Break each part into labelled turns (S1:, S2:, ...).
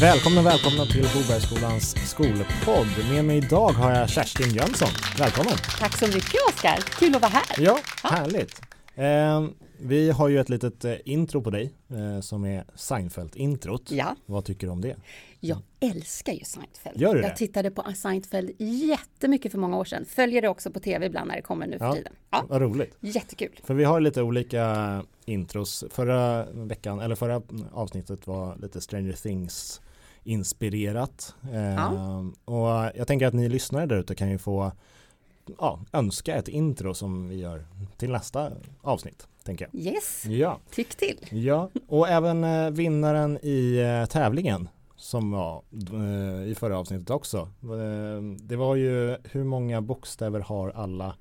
S1: Välkomna, välkomna till Bobergsskolans skolpodd. Med mig idag har jag Kerstin Jönsson. Välkommen!
S2: Tack så mycket Oskar, kul att vara här.
S1: Ja, härligt. Eh, vi har ju ett litet eh, intro på dig eh, som är Seinfeld-introt.
S2: Ja.
S1: Vad tycker du om det?
S2: Jag älskar ju Seinfeld.
S1: Gör du det?
S2: jag tittade på Seinfeld jättemycket för många år sedan. Följer det också på tv ibland när det kommer nu för
S1: Ja.
S2: tiden. Ja,
S1: Vad roligt.
S2: jättekul.
S1: För vi har lite olika intros. Förra veckan, eller förra avsnittet var lite Stranger Things inspirerat. Eh,
S2: Ja.
S1: Och jag tänker att ni lyssnare där ute kan ju få ja, önska ett intro som vi gör till nästa avsnitt. Tänker jag.
S2: Yes,
S1: Ja,
S2: tyck till.
S1: ja. och även eh, vinnaren i eh, tävlingen som var eh, i förra avsnittet också. Eh, det var ju hur många bokstäver har alla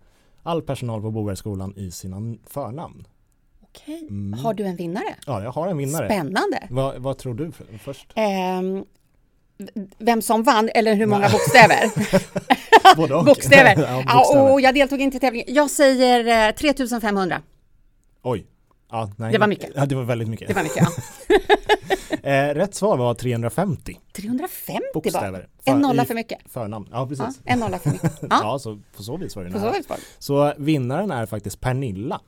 S1: all personal på Bobergsskolan i sina förnamn?
S2: Okej,
S1: Mm.
S2: har du en vinnare?
S1: Ja, jag har en vinnare.
S2: Spännande.
S1: Vad, vad tror du för, först?
S2: Ehm, v- vem som vann eller hur många bokstäver?
S1: Både och.
S2: bokstäver.
S1: ja,
S2: Ja,
S1: bokstäver.
S2: och jag deltog inte i tävlingen. Jag säger eh, 3500.
S1: Oj. Ja, nej.
S2: Det var mycket.
S1: Ja, det var väldigt mycket.
S2: Det var mycket. Ja.
S1: Eh, rätt svar var 350
S2: 350 bara.
S1: bokstäver.
S2: En nolla
S1: i
S2: för mycket.
S1: Förnamn. Ja,
S2: Ja,
S1: precis.
S2: en nolla för mycket.
S1: Ja,
S2: Ja,
S1: så på så vis var det
S2: på så
S1: nära.
S2: vis var det.
S1: Så vinnaren är faktiskt Pernilla.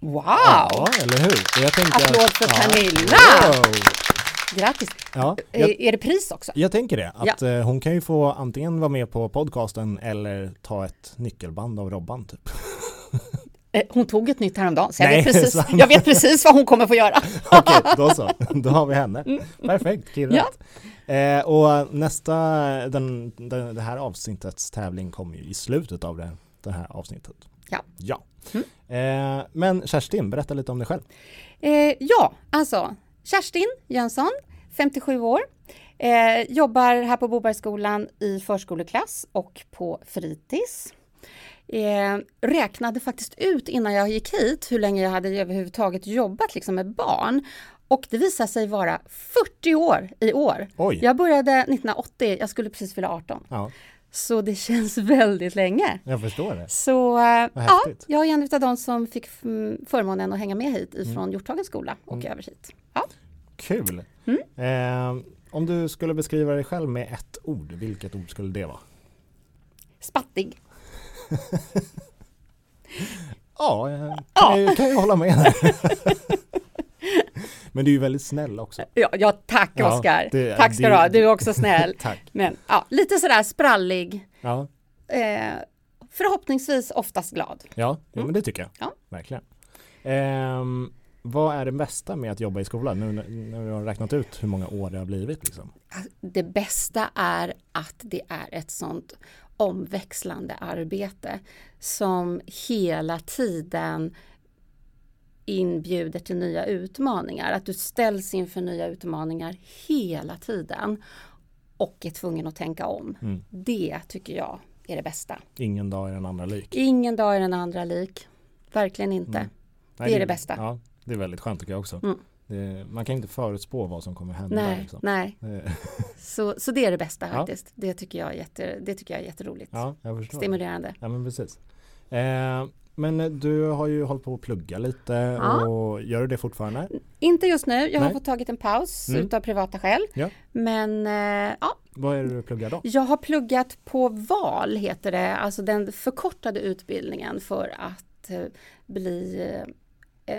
S2: Wow!
S1: Ja, eller hur? Och jag tänker att-
S2: Applåd för
S1: ja.
S2: Pernilla!
S1: Wow.
S2: Grattis! Eh,
S1: Ja, jag,
S2: Är är det pris också?
S1: jag tänker det. Att eh, hon kan ju få antingen vara med på podcasten eller ta ett nyckelband av Robban typ.
S2: Eh, Hon tog ett nytt häromdagen, så jag,
S1: Nej,
S2: vet precis,
S1: sant.
S2: jag vet precis vad hon kommer få göra.
S1: Okej, då så. Då har vi henne. Perfekt, kirrat. Eh, och nästa, den, den, det här avsnittets tävling kommer ju i slutet av det, det här avsnittet.
S2: Ja.
S1: ja. Eh, men Kerstin, berätta lite om dig själv.
S2: Eh, ja, alltså Kerstin Jönsson, 57 år, eh, jobbar här på Bobergsskolan i förskoleklass och på fritids. Eh, räknade faktiskt ut innan jag gick hit hur länge jag hade överhuvudtaget jobbat liksom med barn. Och det visade sig vara 40 år i år.
S1: Oj.
S2: Jag började 1980, jag skulle precis fylla 18.
S1: Ja,
S2: Så det känns väldigt länge.
S1: jag förstår det.
S2: Så eh, ja,
S1: häftigt.
S2: jag är en av de som fick mm, förmånen att hänga med hit ifrån
S1: Mm.
S2: Hjorthagens skola och över hit. Ja.
S1: Kul. Eh, om du skulle beskriva dig själv med ett ord, vilket ord skulle det vara?
S2: Spattig.
S1: Ja, eh, kan, Jag, kan jag hålla med. där. men du är ju väldigt snäll också.
S2: Ja, ja tack
S1: Ja,
S2: Oskar.
S1: det-
S2: tack ska
S1: det-
S2: du ha. Du är också snäll.
S1: Tack.
S2: Men ja, lite sådär sprallig.
S1: Ja,
S2: Eh, förhoppningsvis oftast glad.
S1: Ja, jo, men det tycker jag.
S2: Mm. Ja.
S1: Verkligen. Ehm, vad är det bästa med att jobba i skolan? Nu när- när vi har räknat ut hur många år det har blivit. Liksom.
S2: det bästa är att det är ett sånt omväxlande arbete som hela tiden inbjuder till nya utmaningar. Att du ställs inför nya utmaningar hela tiden och är tvungen att tänka om.
S1: Mm.
S2: Det tycker jag är det bästa.
S1: Ingen dag är den andra lik.
S2: Ingen dag är den andra lik. Verkligen inte.
S1: Nej,
S2: Det är det bästa. Mm.
S1: Ja, det är väldigt skönt tycker jag också. Det, man kan inte förutspå vad som kommer hända.
S2: Nej,
S1: liksom.
S2: nej.
S1: Eh,
S2: Så, så det är det bästa
S1: Ja.
S2: faktiskt. Det tycker jag är, jätte, det tycker jag är jätteroligt.
S1: Ja, jag förstår.
S2: Stimulerande.
S1: Ja, men precis. Ehm, men eh, du har ju hållit på att plugga lite
S2: Ja. Mm.
S1: och gör du det fortfarande?
S2: Inte just nu. Jag har
S1: Nej.
S2: fått tagit en paus
S1: Mm.
S2: utav privata skäl.
S1: Ja.
S2: Men eh, ja,
S1: Vad är det du pluggar då?
S2: jag har pluggat på VAL heter det, alltså den förkortade utbildningen för att eh, bli eh,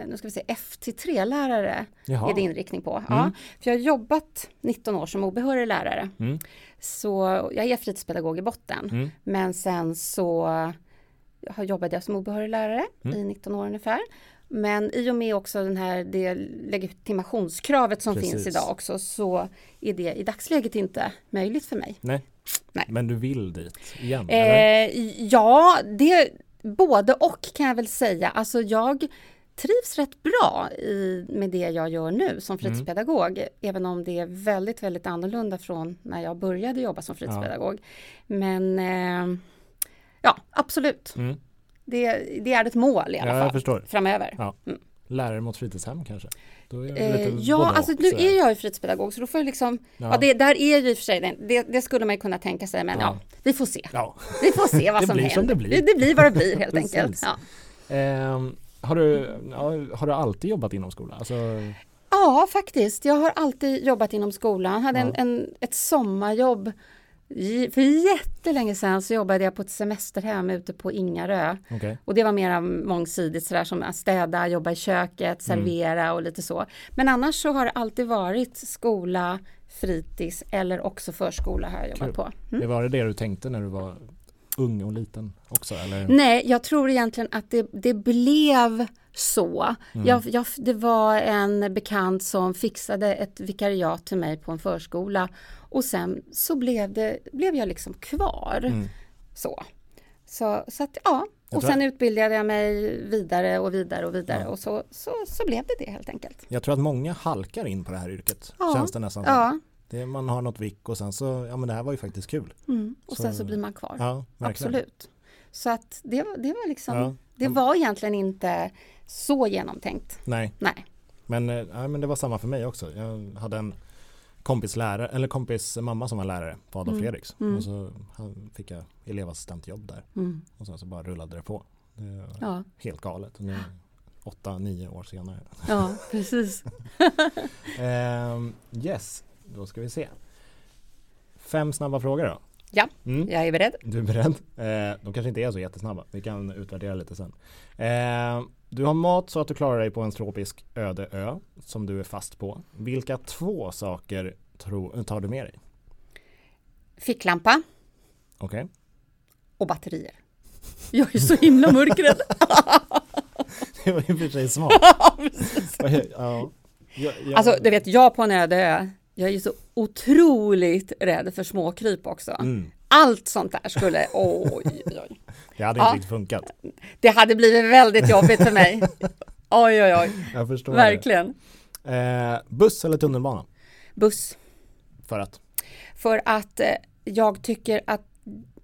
S2: nu ska vi se, FT3-lärare
S1: Jaha.
S2: är det inriktning på. Ja, för jag har jobbat 19 år som obehörig lärare.
S1: Mm.
S2: Så jag är fritidspedagog i botten.
S1: Mm.
S2: Men sen så har- jobbade jag som obehörig lärare
S1: Mm.
S2: i 19 år ungefär. Men i och med också den här, det legitimationskravet som
S1: Precis.
S2: finns idag också så är det i dagsläget inte möjligt för mig.
S1: Nej.
S2: Nej.
S1: Men du vill dit igen? eller?
S2: Eh, ja, det både och kan jag väl säga. Alltså jag trivs rätt bra i, med det jag gör nu
S1: Mm.
S2: som fritidspedagog. Även om det är väldigt, väldigt annorlunda från när jag började jobba som fritidspedagog. Men eh, ja, absolut.
S1: Mm.
S2: Det, det är ett mål i alla
S1: Ja,
S2: fall
S1: jag förstår.
S2: framöver.
S1: Ja. Lärare mot fritidshem kanske? Då är det
S2: Eh,
S1: lite
S2: ja,
S1: både och
S2: alltså nu
S1: sådär.
S2: är jag ju fritidspedagog så då får jag liksom, ja.
S1: Ja.
S2: det, där är ju i och för sig, den- det, det skulle man ju kunna tänka sig men ja, vi får se.
S1: Ja.
S2: Vi får se vad
S1: Det
S2: som
S1: blir
S2: händer.
S1: som det blir.
S2: det blir vad det blir helt
S1: Precis.
S2: enkelt. Ja.
S1: Ehm, har, du, ja, har du alltid jobbat inom skolan? Alltså,
S2: Ja, faktiskt. Jag har alltid jobbat inom skolan. hade en,
S1: Ja.
S2: en, ett sommarjobb j- för jättelänge sedan så jobbade jag på ett semesterhem ute på Ingarö.
S1: Okej.
S2: Och det var mer mångsidigt sådär som att städa, jobba i köket,
S1: Mm.
S2: servera och lite så. Men annars så har det alltid varit skola, fritids eller också förskola har jag jobbat
S1: Kul.
S2: på. Mm.
S1: Det var det det du tänkte när du var ung och liten också? Eller?
S2: Nej, jag tror egentligen att det, det blev så.
S1: Mm.
S2: Jag, jag, det var en bekant som fixade ett vikariat till mig på en förskola och sen så blev, det, blev jag liksom kvar.
S1: Mm.
S2: Så, så, så att ja,
S1: Jag
S2: och
S1: tror-
S2: sen utbildade jag mig vidare och vidare och vidare
S1: Ja.
S2: och så, så, så blev det det helt enkelt.
S1: Jag tror att många halkar in på det här yrket.
S2: Ja.
S1: Känns det nästan som.
S2: Ja,
S1: det, Man har något vick och sen så, ja men det här var ju faktiskt kul.
S2: mm. och sen
S1: Så-
S2: så blir man kvar.
S1: Ja, verkligen.
S2: Absolut. Så att det, var- det var liksom,
S1: Ja. Mm.
S2: det var egentligen inte så genomtänkt.
S1: Nej,
S2: Nej.
S1: men, eh, ja, men det var samma för mig också. Jag hade en kompis lärare, eller kompis mamma som var lärare på Adolf
S2: Mm.
S1: Fredriks.
S2: Mm.
S1: Och så han- fick jag elevassistentjobb där.
S2: Mm.
S1: Och sen så bara rullade det på. Det var
S2: Ja,
S1: Helt galet. Och nu, åtta, nio år senare.
S2: ja precis.
S1: Ehm, yes, då ska vi se. Fem snabba frågor då.
S2: Ja.
S1: Mm,
S2: Jag är beredd.
S1: du är beredd? Eh, de kanske inte är så jättesnabba. Vi kan utvärdera lite sen. Ehm, du har mat så att du klarar dig på en tropisk öde ö som du är fast på. Vilka två saker tro, tar du med dig?
S2: Ficklampa
S1: Okej.
S2: och batterier. Jag är så himla mörkrädd.
S1: Det var ju i och för sig smart. ja. Jag, jag,
S2: Alltså, du vet, jag på en öde ö, jag är ju så otroligt rädd för småkryp också.
S1: mm,
S2: Allt sånt där skulle, oj, oj, oj.
S1: det hade
S2: Ja.
S1: inte riktigt funkat.
S2: Det hade blivit väldigt jobbigt för mig. Oj, oj, oj,
S1: Jag förstår
S2: verkligen.
S1: det. Eh, buss eller tunnelbana?
S2: Buss.
S1: För att?
S2: För att eh, jag tycker att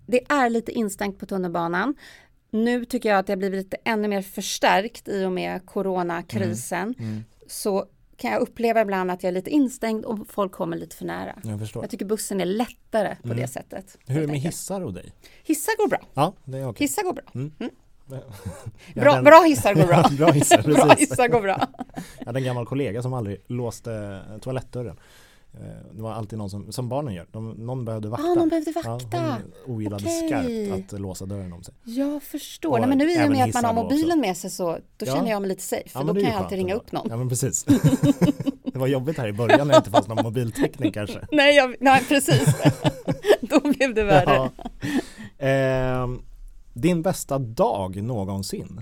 S2: det är lite instängt på tunnelbanan. Nu tycker jag att det har blivit lite ännu mer förstärkt i och med coronakrisen.
S1: Mm,
S2: Så kan jag uppleva ibland att jag är lite instängd och folk kommer lite för nära.
S1: Jag förstår.
S2: Jag tycker bussen är lättare på
S1: Mm.
S2: det sättet.
S1: Hur är det
S2: helt
S1: med
S2: enkelt.
S1: hissar och dig?
S2: Hissar går bra.
S1: Ja, det är okej.
S2: Hissar går bra. Mm.
S1: Jag
S2: bra,
S1: hade en-
S2: bra hissar går bra.
S1: Mm. bra hissar,
S2: bra
S1: precis.
S2: hissar går bra.
S1: Jag hade en gammal kollega som aldrig låste eh, toalettdörren. Eh, Det var alltid någon som, som barnen gör, de, någon behövde vakta.
S2: Ah, någon behövde vakta.
S1: Ja, hon ogillade
S2: Okej.
S1: skarpt att låsa dörren om sig.
S2: Jag förstår.
S1: Och
S2: Nej, men nu i och
S1: även
S2: med att man
S1: hissar
S2: har
S1: då också.
S2: mobilen med sig så då
S1: Ja.
S2: känner jag mig lite safe. För
S1: men
S2: då
S1: det är
S2: kan
S1: ju
S2: jag
S1: skönt
S2: alltid ringa
S1: ändå.
S2: upp någon.
S1: Ja men precis. det var jobbigt här i början när det inte fanns någon mobiltäckning kanske.
S2: Nej, jag, nej precis. då blev det värre.
S1: Ja. Ehm, din bästa dag någonsin?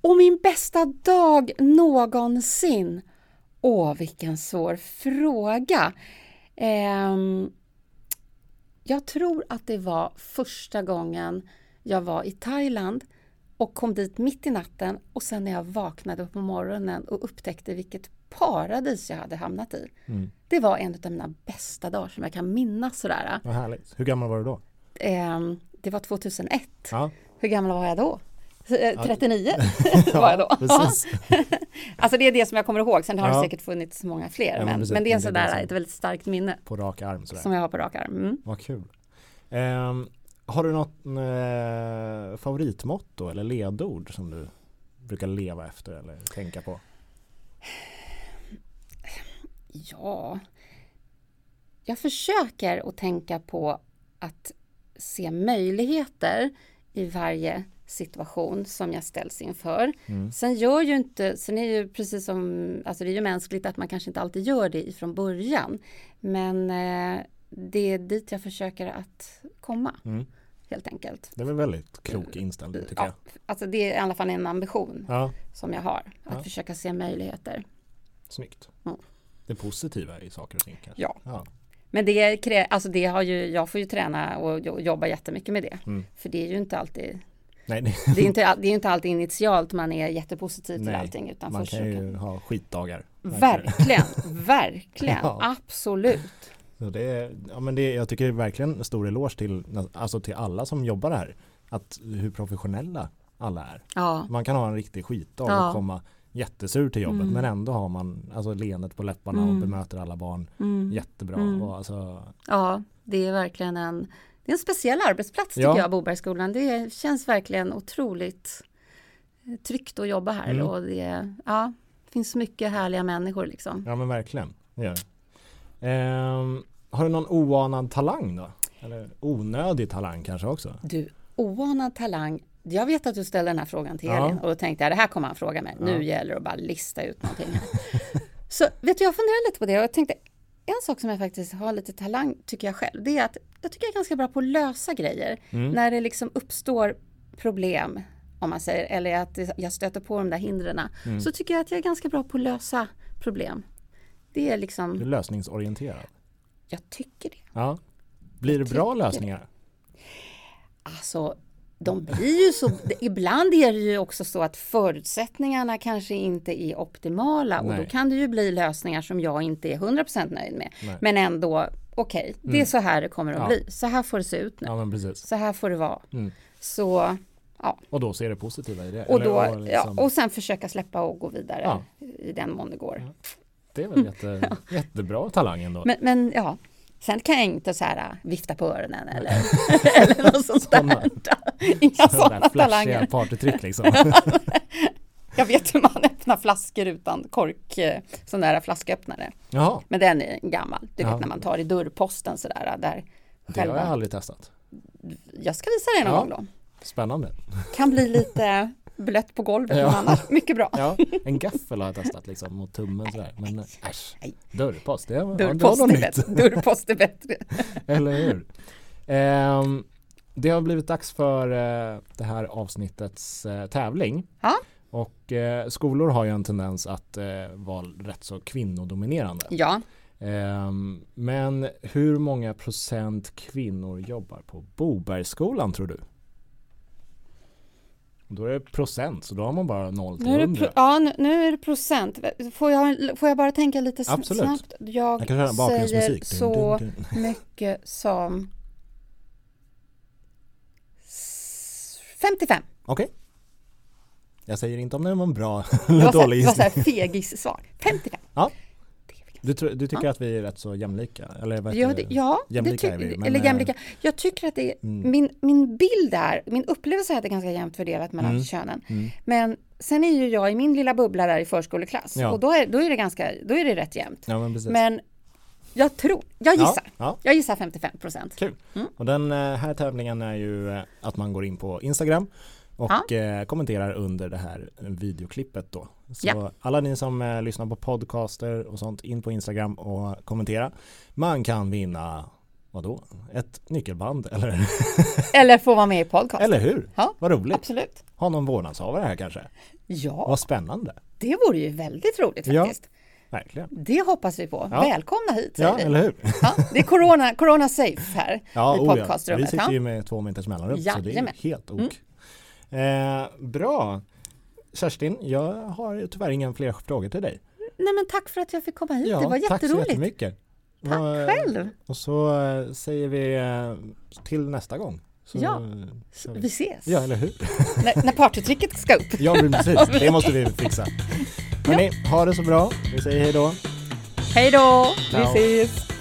S2: Och min bästa dag någonsin? Åh, vilken svår fråga. Ehm, jag tror att det var första gången jag var i Thailand och kom dit mitt i natten och sen när jag vaknade upp på morgonen och upptäckte vilket paradis jag hade hamnat i.
S1: Mm.
S2: Det var en av mina bästa dagar som jag kan minnas sådär.
S1: Vad härligt. Hur gammal var du då?
S2: Ehm, det var 2001.
S1: Ja,
S2: Hur gammal var jag då? Eh, 39 var jag
S1: ja
S2: då.
S1: precis.
S2: Alltså det är det som jag kommer ihåg. Sen har
S1: Ja.
S2: det säkert funnits många fler.
S1: men
S2: men, men,
S1: precis.
S2: det är en
S1: Men det är det
S2: sådär,
S1: som-
S2: ett väldigt starkt minne
S1: På rak arm sådär.
S2: som jag har på rak arm. Mm.
S1: Vad kul. Ehm, har du något eh, favoritmotto eller ledord som du brukar leva efter eller tänka på?
S2: Ja, jag försöker att tänka på att se möjligheter i varje situation som jag ställs inför.
S1: Mm.
S2: Sen gör ju inte, sen är ju precis som, alltså det är ju mänskligt att man kanske inte alltid gör det ifrån början. Men eh, det är dit jag försöker att komma
S1: Mm.
S2: helt enkelt.
S1: Det är väl väldigt klok inställning tycker jag.
S2: Eh, Ja, alltså det är i alla fall en ambition
S1: Ja,
S2: som jag har. Att
S1: Ja.
S2: försöka se möjligheter.
S1: snyggt.
S2: Ja.
S1: Det positiva i saker och ting kanske.
S2: Ja.
S1: Ja,
S2: Men det, krä- alltså det har ju, jag får ju träna och jo- jobba jättemycket med det.
S1: Mm.
S2: För det är ju inte alltid,
S1: Nej, det,
S2: det är inte, all- det är inte alltid initialt man är jättepositiv till
S1: Nej,
S2: allting. Utan
S1: man
S2: först
S1: kan
S2: försöka-
S1: ju ha skitdagar.
S2: Verkligen, verkligen,
S1: Ja.
S2: absolut.
S1: Så det, är- ja, men det, jag tycker det är verkligen en stor eloge till, alltså till alla som jobbar här. Att hur professionella alla är.
S2: Ja,
S1: Man kan ha en riktig skitdag
S2: Ja.
S1: och komma jättesur till jobbet
S2: Mm.
S1: men ändå har man alltså, leendet på läpparna och
S2: Mm.
S1: bemöter alla barn
S2: mm.
S1: jättebra.
S2: Mm.
S1: Och, alltså,
S2: ja, det är verkligen en, det är en speciell arbetsplats tycker
S1: Ja.
S2: jag, Bobergsskolan. Det känns verkligen otroligt eh, tryggt att jobba här.
S1: Mm.
S2: Och det, ja, Det finns så mycket härliga människor liksom.
S1: Ja men verkligen, det gör det. Ehm, har du någon oanad talang då? Eller onödig talang kanske också?
S2: Du, oanad talang. Jag vet att du ställde den här frågan till
S1: Ja.
S2: Elin och då tänkte jag det här kommer han fråga mig. Nu gäller det att bara lista ut någonting. så vet du, jag funderade lite på det och jag tänkte en sak som jag faktiskt har lite talang tycker jag själv. Det är att jag tycker jag är ganska bra på att lösa grejer. När det liksom uppstår problem om man säger eller att det- jag stöter på de där hindren. Så tycker jag att jag är ganska bra på att lösa problem. Det är
S1: Du är
S2: liksom,
S1: lösningsorienterad.
S2: jag tycker det.
S1: Ja. Blir det bra lösningar?
S2: Alltså, de blir ju så... Ibland är det ju också så att förutsättningarna kanske inte är optimala och
S1: Nej.
S2: då kan det ju bli lösningar som jag inte är 100% nöjd med.
S1: Nej. Mm.
S2: Men ändå, okej, det är så här det kommer att
S1: Ja.
S2: bli. Så här får det se ut nu.
S1: Ja men precis.
S2: Så här får det vara.
S1: Mm.
S2: Så, ja.
S1: Och då ser det positiva i det.
S2: Och,
S1: Eller,
S2: då,
S1: liksom-
S2: ja, och sen försöka släppa och gå vidare
S1: Ja.
S2: i den mån det går.
S1: Det är väl jätte, jättebra talang ändå.
S2: Men, men ja, sen kan jag inte så här äh, vifta på öronen eller, eller något sånt
S1: Såna-
S2: där. Inga
S1: Sådana
S2: sådana talanger.
S1: flashiga partytrick liksom.
S2: Jag vet hur man öppnar flaskor utan kork, eh, sån där flasköppnare.
S1: Jaha,
S2: Men den är gammal. Du vet
S1: Ja.
S2: när man tar i dörrposten sådär. eh, Där
S1: det har
S2: själva.
S1: jag
S2: Jag.
S1: aldrig testat.
S2: ska visa dig någon
S1: Ja.
S2: gång då.
S1: Spännande.
S2: Kan bli lite blött på golvet
S1: Ja.
S2: men annars mycket bra.
S1: Ja, en gaffel har jag testat liksom mot tummen sådär. Men eh, äsch,
S2: Nej.
S1: dörrpost, det var, ja, det var
S2: Dörrpost,
S1: något
S2: är
S1: nytt.
S2: bättre. Dörrpost är bättre.
S1: Eller hur? Ehm, det har blivit dags för eh, det här avsnittets eh, tävling.
S2: Ja.
S1: Och eh, skolor har ju en tendens att eh, vara rätt så kvinnodominerande.
S2: Ja,
S1: Ehm, men hur många procent kvinnor jobbar på Bobergsskolan tror du? Då är det procent, så då har man bara 0 till
S2: nu är, det
S1: 100.
S2: pro- ja, nu, nu är det procent. Får jag, får jag bara tänka lite sn-
S1: Absolut.
S2: snabbt? Jag,
S1: Jag kan höra
S2: säger
S1: bakgrundsmusik.
S2: så
S1: Dun, dun, dun.
S2: mycket som s- 55.
S1: Okej. Jag säger inte om det var en bra
S2: Det
S1: eller
S2: var så här-
S1: dålig
S2: det var så
S1: gissning.
S2: här fegis-svar. 55.
S1: Ja.
S2: Det är väl ganska-
S1: Du, tr- du tycker att vi är rätt så jämlika? Eller vad heter
S2: Ja, det, ja det
S1: Jämlika
S2: ty-
S1: är vi, men,
S2: eller
S1: eh, mm.
S2: jämlika. Jag tycker att det är, min, min bild är, min upplevelse är att det är ganska jämnt fördelat mellan
S1: Mm.
S2: könen. Men sen är ju jag i min lilla bubbla där i förskoleklass
S1: Ja.
S2: och då är, då är det ganska, då är det rätt jämnt.
S1: Ja, men precis.
S2: Men jag tror, jag
S1: Ja,
S2: gissar. Mm.
S1: ja.
S2: Jag gissar 55 procent.
S1: Kul. Och den eh, här tävlingen är ju eh, att man går in på Instagram och eh, kommenterar under det här videoklippet då. Så
S2: Ja.
S1: alla ni som eh, lyssnar på podcaster och sånt, in på Instagram och kommentera. Man kan vinna, vadå? Ett nyckelband, eller,
S2: Eller får vara med i podcast.
S1: eller hur?
S2: Ja,
S1: Vad roligt.
S2: Absolut.
S1: Ha någon vårdnadshavare här kanske.
S2: Ja,
S1: Vad spännande.
S2: det vore ju väldigt roligt
S1: Ja.
S2: faktiskt.
S1: Verkligen. Eh,
S2: Det hoppas vi på.
S1: Ja.
S2: Välkomna hit säger
S1: Ja,
S2: vi.
S1: eller hur?
S2: Ja, det är corona, corona safe här i
S1: oh Vi
S2: podcastrummet.
S1: sitter
S2: Ja.
S1: ju med två meters mellanrum så det är ju
S2: Jajamän. Mm.
S1: helt ok. Eh, bra. Kerstin, jag har tyvärr inga fler frågor till dig.
S2: Nej men tack för att jag fick komma hit,
S1: Ja,
S2: det var
S1: Tack så
S2: jätteroligt.
S1: jättemycket.
S2: Tack
S1: och, eh,
S2: själv.
S1: Och så eh, säger vi eh, till nästa gång. Så,
S2: Ja. Vi ses.
S1: ja, eller hur?
S2: När, när partytricket ska upp.
S1: Ja, men precis. Det måste vi fixa. Hörni, ha det så bra. Vi säger hej då.
S2: Hej då! Vi
S1: Ciao.
S2: ses!